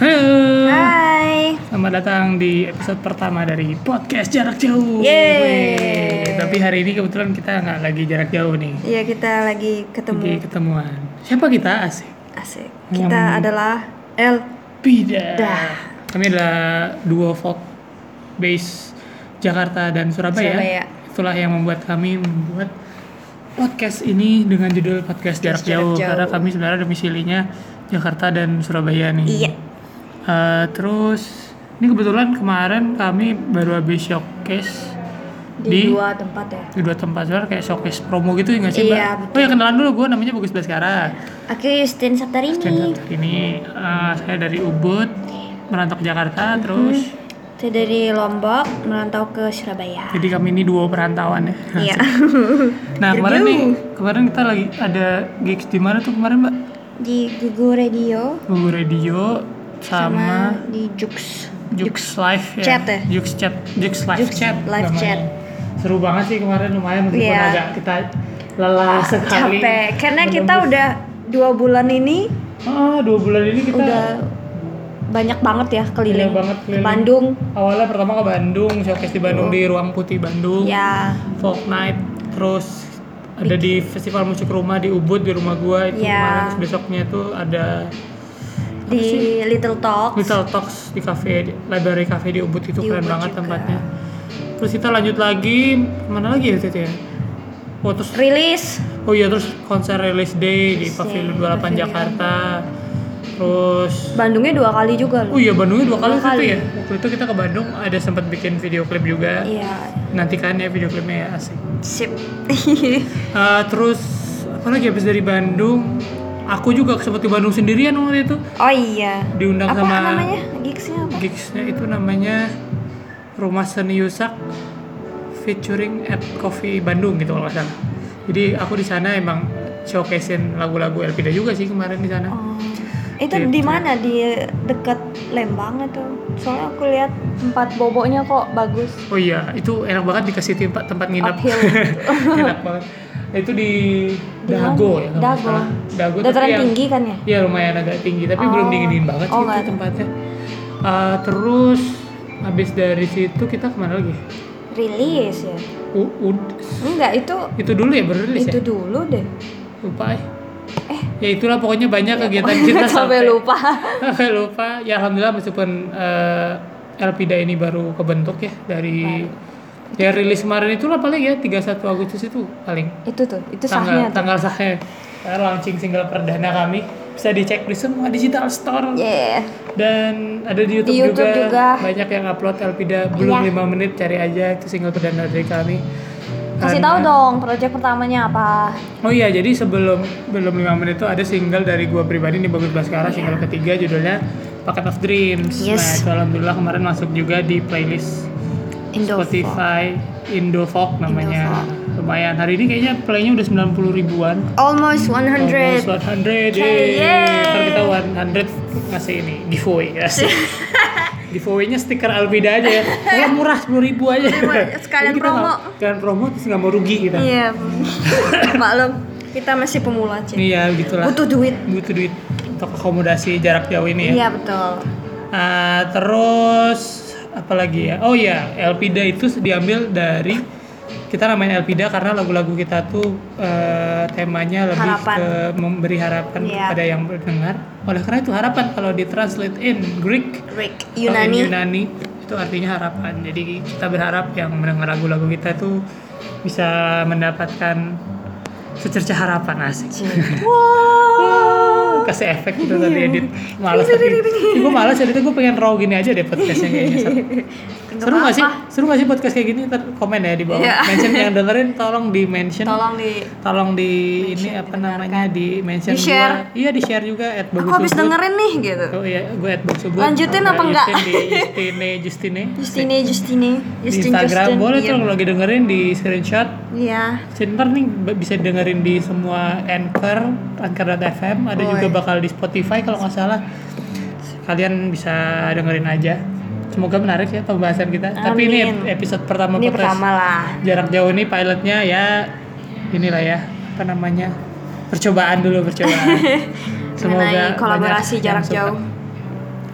Halo. Hai. Selamat datang di episode pertama dari podcast jarak jauh. Yeay. Wih, Tapi hari ini kebetulan kita nggak lagi jarak jauh nih. Iya kita lagi Jadi ketemu. ketemuan. Siapa kita asik? Asik. Kita adalah El. Bida. Dah. Kami adalah duo folk base Jakarta dan Surabaya. Surabaya. Itulah yang membuat kami membuat podcast ini dengan judul podcast jarak, Podcast Jarak jauh, Jauh. karena kami sebenarnya domisilinya Jakarta dan Surabaya nih. Iya. Eh, terus ini kebetulan kemarin kami baru habis showcase Di, di, dua tempat ya. di dua tempat sebenarnya kayak showcase promo gitu nggak sih Iya, Mbak? Oh ya kenalan dulu gue namanya Bagus Baskara. Aku Yustin Saptarini. Dan ini eh, saya dari Ubud merantau ke Jakarta terus Saya dari Lombok merantau ke Surabaya. jadi kami ini duo perantauan ya. Iya. Nah kemarin nih kemarin kita lagi ada gigs di mana tuh kemarin Mbak? di Gugu Radio Google Radio sama sama, di Jux. Jux Live ya. Chat ya? Jux Chat, Jux Live Jux Chat. Live namanya. Chat. Seru banget sih kemarin lumayan meskipun Iya. Ah, agak kita lelah sekali. Capek karena kita Menembus- udah dua bulan ini ah dua bulan ini kita udah banyak banget ya keliling, Banyak banget keliling. Ke Bandung. awalnya pertama ke Bandung, showcase di Iya. Bandung di Ruang Putih Bandung. Ya, folk night terus ada di festival musik rumah di Ubud di rumah gua itu Iya. kemarin. Terus besoknya tuh ada di Little Talk. Little Talks di cafe library cafe di Ubud itu Di keren Ubud banget juga. tempatnya terus kita lanjut lagi mana lagi ya Titi ya oh terus Rilis oh iya terus konser release day di Release Pavilion Day, 28 Pavilion. Jakarta terus Bandungnya dua kali juga loh. oh iya Bandungnya dua kali Dua waktu itu kali. ya waktu itu kita ke Bandung ada sempat bikin video klip juga Iya, nantikan ya video klipnya ya asik sip. Uh, terus apa lagi habis dari Bandung? Aku juga sempat ke Bandung sendirian waktu itu oh iya. diundang apa sama namanya? Gigsnya apa? gigsnya itu namanya Rumah Seni Yusak featuring at Coffee Bandung gitu kalau nggak salah. Jadi aku di sana emang showcasein lagu-lagu Elvida juga sih kemarin di sana. Oh, itu di mana? Di dekat Lembang itu. Soalnya aku lihat tempat boboknya kok bagus. Oh iya, itu enak banget dikasih tempat tempat nginep. Uphill. enak banget. Itu di Di Dago ya. kalau nggak Dago. salah. Dago tapi Dataran yang- tinggi kan ya? Iya lumayan agak tinggi tapi belum Oh. dingin banget sih Oh, itu nggak. tempatnya. Eh, terus habis dari situ kita kemana lagi? Rilis ya. U- Ud- Enggak, itu itu dulu ya berilis itu ya? dulu deh. Lupa ya. Ya itulah pokoknya banyak kegiatan kita Oh, Sampai lupa. Iya, sampai lupa. Ya alhamdulillah meskipun eh, Elpida ini baru kebentuk ya dari ya rilis kemarin itulah paling ya 31 Agustus itu paling Itu tuh, itu tanggal sahnya tuh. tanggal sahnya. Karena launching single perdana kami bisa dicek di semua digital store. Yeah. Dan ada di YouTube, Di YouTube juga. Banyak yang upload Elpida belum Iya. lima 5 menit cari aja itu single perdana dari kami. Kasih tahu dong project pertamanya apa? Oh iya, jadi sebelum belum 5 menit itu ada single dari gua pribadi nih Bagus Baskara single ketiga judulnya Packet of Dreams. Yes. Nah, itu alhamdulillah kemarin masuk juga di playlist Indo. Spotify Indofolk namanya. Indofolk. Lumayan. Hari ini kayaknya playnya udah 90 ribuan. Almost 100. Almost 100. Okay, yeay. Ntar yeay. kita 100 ngasih ini giveaway ya. Giveaway-nya stiker Alvida aja ya. Murah murah 10 ribu aja. Sekalian Jadi kita nggak- promo. Sekalian promo terus nggak mau rugi kita. Iya. Maklum, kita masih pemula, Cik. Iya, gitulah. Butuh duit. butuh duit untuk akomodasi jarak jauh ini ya. Iya, betul. Ah, terus apalagi ya? Oh iya, Elpida itu diambil dari kita namain Elpida karena lagu-lagu kita tuh eh, temanya lebih Harapan. ke memberi harapan Iya. kepada yang mendengar. Oleh karena itu harapan kalau ditranslate in Greek Rick atau in Yunani. Oh, Yunani itu artinya harapan. Jadi kita berharap yang mendengar lagu-lagu kita tuh bisa mendapatkan secerca harapan asik. Wow. kasih efek gitu tadi Iya. edit malas tapi gue malas edit gue pengen raw gini aja deh podcastnya kayaknya seru. seru gak sih seru gak sih podcast kayak gini Ntar komen ya di bawah Iya. mention yang dengerin tolong di mention Tolong di tolong di ini apa namanya di mention Di gue share. iya di share juga at Aku bagus habis Ubud. dengerin nih gitu. oh iya gue at bagus Ubud. Lanjutin Ada apa enggak? Justin di Justine Justine Justine, Justine, di Justin, Instagram Justin. boleh Iya. tuh kalau lagi dengerin di screenshot Iya. Sinter nih b- bisa dengerin di semua Anchor, Anchor.fm, ada Boleh. juga bakal di Spotify kalau nggak salah. Kalian bisa dengerin aja. Semoga menarik ya pembahasan kita. Tapi ini Amin. episode pertama Ini podcast pertama lah. jarak jauh ini pilotnya ya inilah ya apa namanya percobaan dulu percobaan. Mengenai Semoga banyak yang kolaborasi jarak suka. jauh.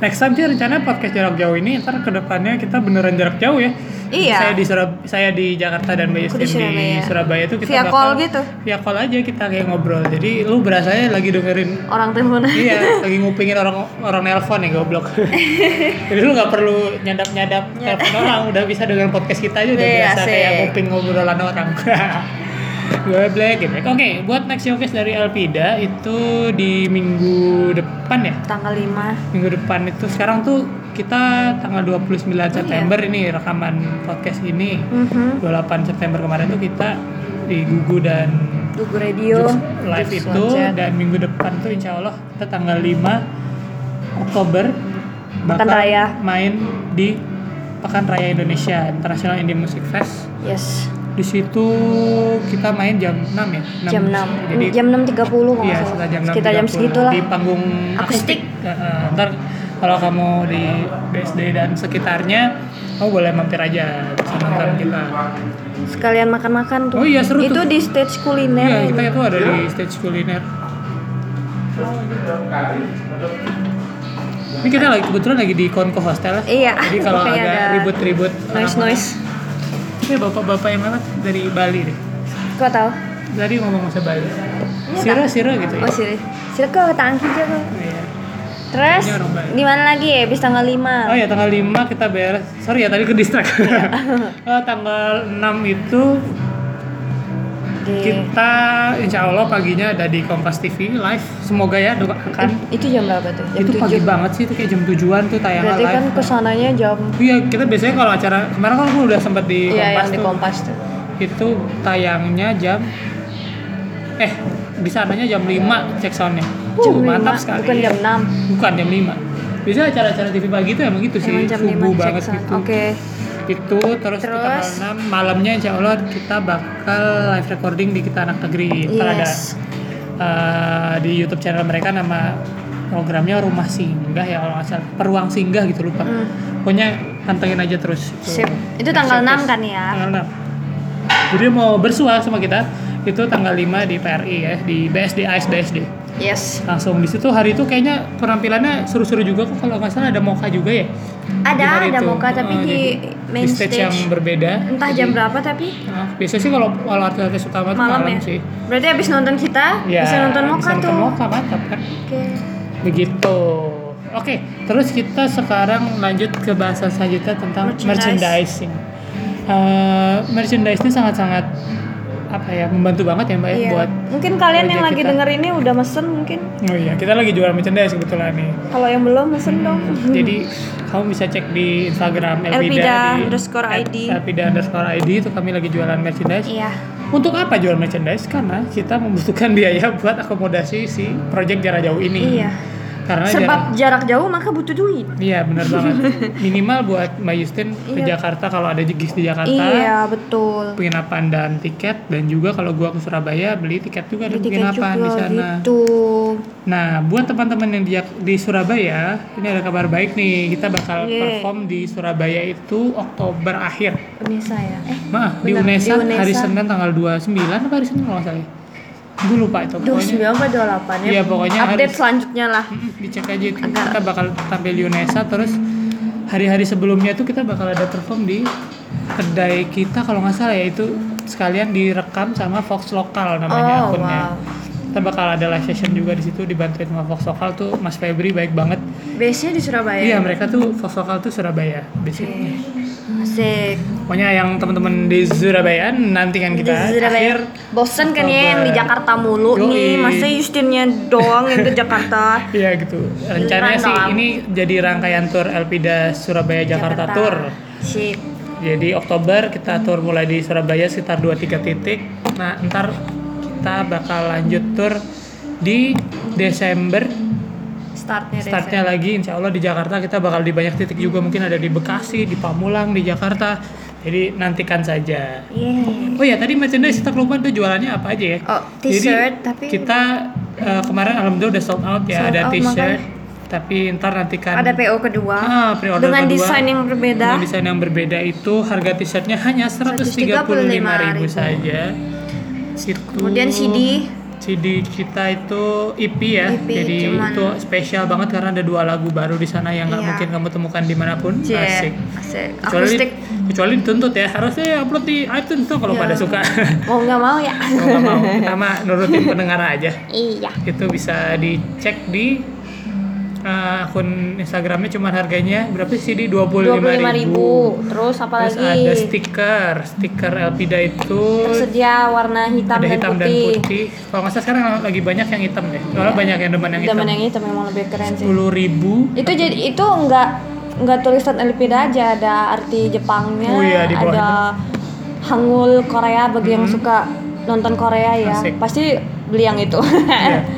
next time sih rencana podcast jarak jauh ini ntar kedepannya kita beneran jarak jauh ya Iya. saya di Surab saya di Jakarta dan Mbak Justin Aku di di Surabaya. Surabaya itu kita Via bakal call gitu? via call aja kita kayak ngobrol jadi lu berasanya lagi dengerin orang telepon iya lagi ngupingin orang orang nelpon ya goblok jadi lu nggak perlu nyadap nyadap telepon orang udah bisa dengan podcast kita aja udah Iya, biasa kayak asik. nguping ngobrolan orang goblok gitu oke buat next showcase dari Elpida itu di minggu depan ya tanggal 5 minggu depan itu sekarang tuh kita tanggal 29 Oh, iya. September ini rekaman podcast ini Mhm. 28 September kemarin tuh kita di Gugu dan Gugu Radio Jux live Jux itu Lounge. dan minggu depan tuh insya Allah kita tanggal 5 Oktober bakal Raya. main di Pekan Raya Indonesia International Indie Music Fest Yes di situ kita main jam 6 ya jam 6 jadi jam 6.30 kalau iya nggak setelah salah jam 6 sekitar jam segitulah di panggung Akustik. Eh, eh, ntar kalau kamu di BSD dan sekitarnya kamu boleh mampir aja bisa nonton kita sekalian makan-makan tuh Oh iya, seru itu tuh. di stage iya kuliner Iya. kita itu ada di stage kuliner ini kita lagi kebetulan lagi di Konko Hostel ya. Iya, Jadi kalau makanya agak ada ribut-ribut noise noise Ini bapak-bapak yang lewat dari Bali deh. kau tahu Tadi ngomong bahasa Bali. Sira sira gitu ya. oh sih sih kau tangki aja kau Iya. terus Kayaknya orang baik. di mana lagi ya bis tanggal 5 Oh ya tanggal 5 kita beres. Sorry ya tadi ke distrak. Iya. Eh, tanggal 6 itu di kita insya Allah paginya ada di Kompas TV live. Semoga ya doakan. itu jam berapa tuh jam Itu pagi 7 banget sih itu kayak jam tujuan tuh tayangan berarti kan live. kesananya jam Iya, kita biasanya kalau acara kemarin kan aku udah sempat di Kompas iya yang di tuh. kompas tuh itu tayangnya jam eh di sananya jam 5 cek soundnya jam Wuh, Uh, mantap 5, sekali bukan jam 6 bukan jam 5 biasanya acara-acara TV pagi itu emang gitu sih Emang jam subuh 5 banget cek sound. gitu Oke. itu terus, kita Terus? tanggal 6 malamnya insya Allah kita bakal live recording di kita anak negeri Ntar ada Yes. eh, di YouTube channel mereka nama programnya rumah singgah ya kalau nggak salah peruang singgah gitu lupa pokoknya pantengin aja terus itu. Hmm. Sip. Itu tanggal Showcase. 6 kan ya? Tanggal 6. Jadi mau bersua sama kita itu tanggal 5 di PRI ya, di BSD AIS BSD. Yes. Langsung di situ hari itu kayaknya penampilannya seru-seru juga kok kalau nggak salah ada Moka juga ya. Di hari Ada ada itu. Moka tapi Eh, di jadi main di stage. yang berbeda. Entah Jadi, jam berapa tapi nah, biasanya sih kalau kalau artis-artis utama tuh malam, malam, ya. sih. Berarti abis nonton kita Ya, bisa nonton Moka bisa nonton tuh. Moka, mantap kan. Oke. Begitu. Oke, terus kita sekarang lanjut ke bahasan selanjutnya tentang Merchandise. merchandising. Eh, merchandise ini sangat-sangat apa ya membantu banget ya mbak ya Iya. buat. Mungkin kalian yang project lagi kita. denger ini udah mesen mungkin. Oh iya, kita lagi jual merchandise kebetulan nih. Kalau yang belum mesen dong. Jadi kamu bisa cek di Instagram Elpida, Elpida di underscore at- ID. Elpida underscore ID itu kami lagi jualan merchandise. Iya. Untuk apa jual merchandise? Karena kita membutuhkan biaya buat akomodasi si project jarak jauh ini. Iya. Karena jarak- Sebab jarak jauh maka butuh duit. Iya benar banget. Minimal buat Mbak Justin ke Iya. Jakarta kalau ada gigs di Jakarta. Iya, betul. Penginapan dan tiket dan juga kalau gua ke Surabaya beli tiket juga ada Beli tiket penginapan di juga sana. gitu. Nah, buat teman-teman yang di, Jak- di Surabaya, ini ada kabar baik nih. Kita bakal Yeay. perform di Surabaya itu Oktober akhir. Unesa ya. Eh, Maaf, di Benar, di UNESA, hari Unesa. Senin tanggal 29 apa hari Senin kalau nggak salah. Gue lupa itu. Duh, Pokoknya 9 apa 28 ya? Iya, pokoknya Update harus- selanjutnya lah. Mm, dicek aja itu Agak- kita bakal tampil di UNESA terus hari-hari sebelumnya tuh kita bakal ada perform di kedai kita kalau nggak salah ya itu sekalian direkam sama Fox Lokal namanya Oh, akunnya wow. kita bakal ada live session juga di situ dibantuin sama Fox Lokal tuh Mas Febri baik banget Base-nya di Surabaya. iya mereka tuh Fox Lokal tuh Surabaya basically Asik. pokoknya yang teman-teman di Surabaya nantikan Di kita Surabaya. akhir Bosen kan ya yang di Oktober. Jakarta mulu Yoi. nih. Masa Justinnya doang yang ke Jakarta. Iya gitu. Rencananya Giliran sih doang. ini jadi rangkaian tour Elpida Surabaya Jakarta, Tour. Sip. Jadi Oktober kita tour mulai di Surabaya sekitar 2-3 titik. Nah, ntar kita bakal lanjut tour di Desember. Startnya deh. Startnya lagi insya Allah di Jakarta kita bakal di banyak titik juga. Mungkin ada di Bekasi, di Pamulang, di Jakarta. Jadi nantikan saja. Yeay. Oh ya tadi merchandise kita keluar tuh jualannya apa aja ya? Oh, Jadi, t-shirt tapi kita eh, kemarin alhamdulillah udah sold out ya Sold ada out, t-shirt tapi ntar nantikan ada PO kedua ah, pre-order dengan kedua. desain yang berbeda. dengan desain yang berbeda itu harga t-shirtnya hanya 135.000 135.000 saja. Itu- Kemudian CD CD kita itu EP ya, EP, jadi cuman- itu spesial banget karena ada dua lagu baru di sana yang nggak Iya. mungkin kamu temukan dimanapun. Asik. Jet, asik. Kecuali, Akustik. kecuali dituntut ya, harusnya upload di iTunes tuh kalau Iya. pada suka. Mau nggak mau ya. Kalau nggak mau, kita mah nurutin pendengar aja. Iya. Itu bisa dicek di eh, akun Instagramnya cuman harganya berapa sih di dua puluh Dua puluh lima ribu. Terus apa Terus lagi? ada stiker, stiker Elpida itu Tersedia warna hitam, ada dan, hitam dan putih. putih. Kalau nggak salah sekarang lagi banyak yang hitam deh. Soalnya banyak yang demen yang hitam. Zaman yang hitam memang lebih keren sih. Sepuluh ribu. Itu jadi itu nggak nggak tulisan Elpida aja ada arti Jepangnya, Oh iya, di bawah Hmm. ada Hangul Korea bagi yang suka nonton Korea ya. Asik. Pasti beli yang itu. eh, Iya.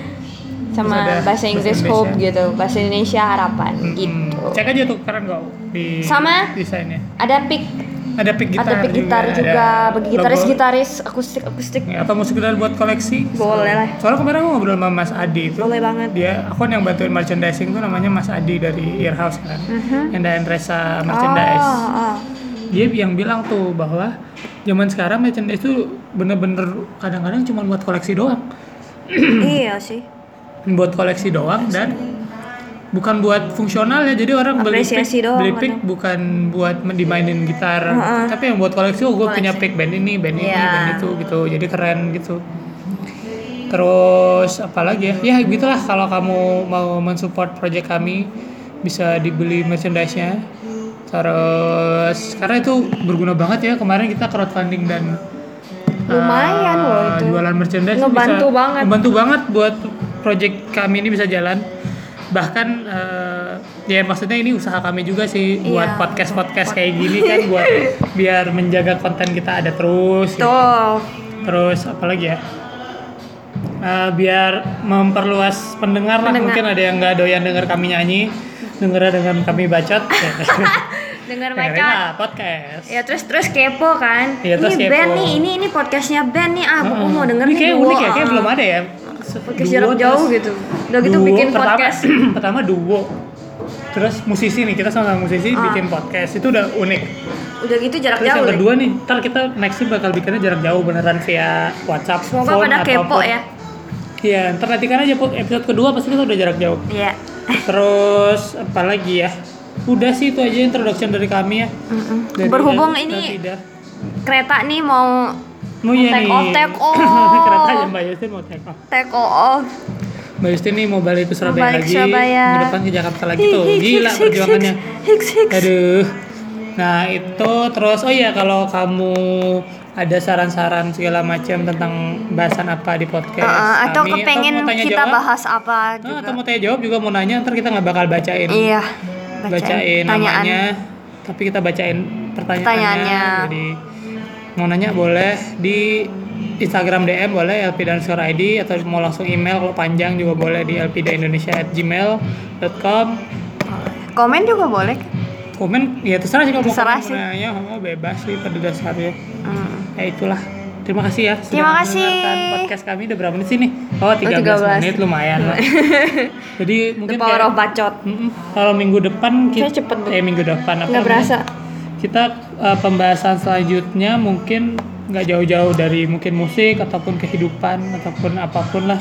Terus Sama ada bahasa Inggris bahasa hope Indonesia. gitu, bahasa Indonesia harapan Mm-mm. gitu. Cek aja tuh keren kok di Sama? desainnya. Ada pick Ada pick gitar, ada pick gitar juga, ada bagi gitaris logo. gitaris akustik akustik Ya, Atau mau sekedar buat koleksi? Boleh lah. Soalnya kemarin aku ngobrol sama Mas Adi itu. boleh banget. Dia aku yang bantuin merchandising tuh namanya Mas Adi dari Earhouse kan. Mhm. Yang dan Resa merchandise. Oh, oh. dia yang bilang tuh bahwa zaman sekarang merchandise tuh bener-bener kadang-kadang cuma buat koleksi doang iya sih. buat koleksi doang dan bukan buat fungsional ya jadi orang beli pick, Apresiasi doang beli pick kadang. bukan buat men- dimainin gitar Heeh. tapi yang buat koleksi oh gue punya pick Koleksi. band ini band ini Iya. band itu gitu jadi keren gitu terus apalagi ya ya gitulah kalau kamu mau mensupport project kami bisa dibeli merchandise-nya terus karena itu berguna banget ya kemarin kita crowdfunding dan eh, Lumayan loh itu. jualan merchandise tuh Ngebantu bisa- banget. ngebantu banget buat project kami ini bisa jalan bahkan eh, ya maksudnya ini usaha kami juga sih buat Iya. podcast podcast kayak gini kan buat biar menjaga konten kita ada terus gitu. Tuh. terus apalagi ya Eh, biar memperluas pendengar, lah Pendengar. mungkin ada yang nggak doyan denger kami nyanyi dengar dengan kami bacot Dengar mereka mereka. podcast Ya terus terus kepo kan. Iya, terus ini kepo. band nih, ini ini podcastnya band nih. Ah, aku Heeh. mau denger Ini nih kayak duo, unik ya, kayak ah. belum ada ya. Podcast Duo, jarak jauh terus gitu. Udah gitu duo, bikin pertama- podcast. pertama duo. Terus musisi nih, kita sama-sama musisi Ah. bikin podcast. Itu udah unik. Udah gitu jarak Terus jauh. yang deh. kedua nih, ntar kita nextnya bakal bikinnya jarak jauh beneran via WhatsApp, Semoga phone, pada kepo ataupun- ya. Iya, ntar nantikan aja put- episode kedua pasti kita udah jarak jauh. Iya. Terus apa lagi ya? Udah sih itu aja introduction dari kami ya. Mm-mm. Dari Berhubung Dan- Dan ini Ida. kereta nih mau Mau ya take nih. off, take off. Kereta aja Mbak Justin mau take off. take off. Mbak Justin nih mau balik ke Surabaya balik lagi, ke Surabaya. minggu depan ke Jakarta lagi tuh, Hiks, Gitu, gila hiks, hiks, perjuangannya. hiks, hiks, hiks. Aduh. Nah itu terus oh iya kalau kamu ada saran-saran segala macam tentang bahasan apa di podcast Heeh, Eh, atau kami, kepengen mau tanya kita jawab, bahas apa ah, atau juga. mau tanya jawab juga mau nanya ntar kita nggak bakal bacain Iya. bacain, namanya tapi kita bacain pertanyaannya, Pertanyaannya. jadi mau nanya boleh di Instagram DM boleh LP dan Score ID atau mau langsung email kalau panjang juga boleh di lpdaindonesia@gmail.com Komen juga boleh. komen ya terserah sih kalau mau Terserah komen sih. mau nanya oh, bebas sih pada dasarnya Hmm. ya itulah terima kasih ya sudah Terima kasih. mendengarkan podcast kami udah berapa menit sih nih oh 13, 13. menit lumayan lah jadi mungkin The power kayak- of bacot. Mm-mm. kalau minggu depan kita Kayak cepet tuh. eh minggu depan apa Nggak namanya? berasa. kita eh, pembahasan selanjutnya mungkin nggak jauh-jauh dari mungkin musik ataupun kehidupan ataupun apapun lah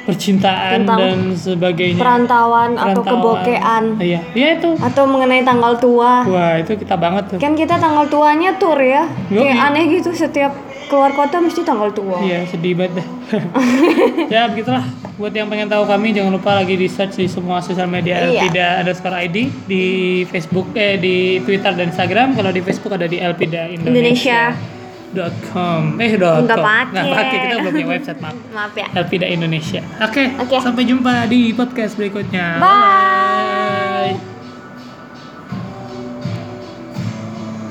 percintaan Tentang dan sebagainya Perantauan, atau Perantauan. kebokean iya iya itu atau mengenai tanggal tua. wah itu kita banget tuh Kan kita tanggal tuanya tur ya. Yo, Kayak iya. aneh gitu setiap keluar kota mesti tanggal tua. Iya sedih banget dah. ya begitulah. Buat yang pengen tahu kami jangan lupa lagi di search di semua sosial media Iya. Elpida underscore ID di Facebook eh di Twitter dan Instagram. Kalau di Facebook ada di Elpida Indonesia. Dot com eh dot Nggak com. pakai. Nggak pakai kita belum punya website maaf. Maaf ya. Elpida Indonesia. Oke. Oke. Sampai jumpa di podcast berikutnya. Bye. Bye.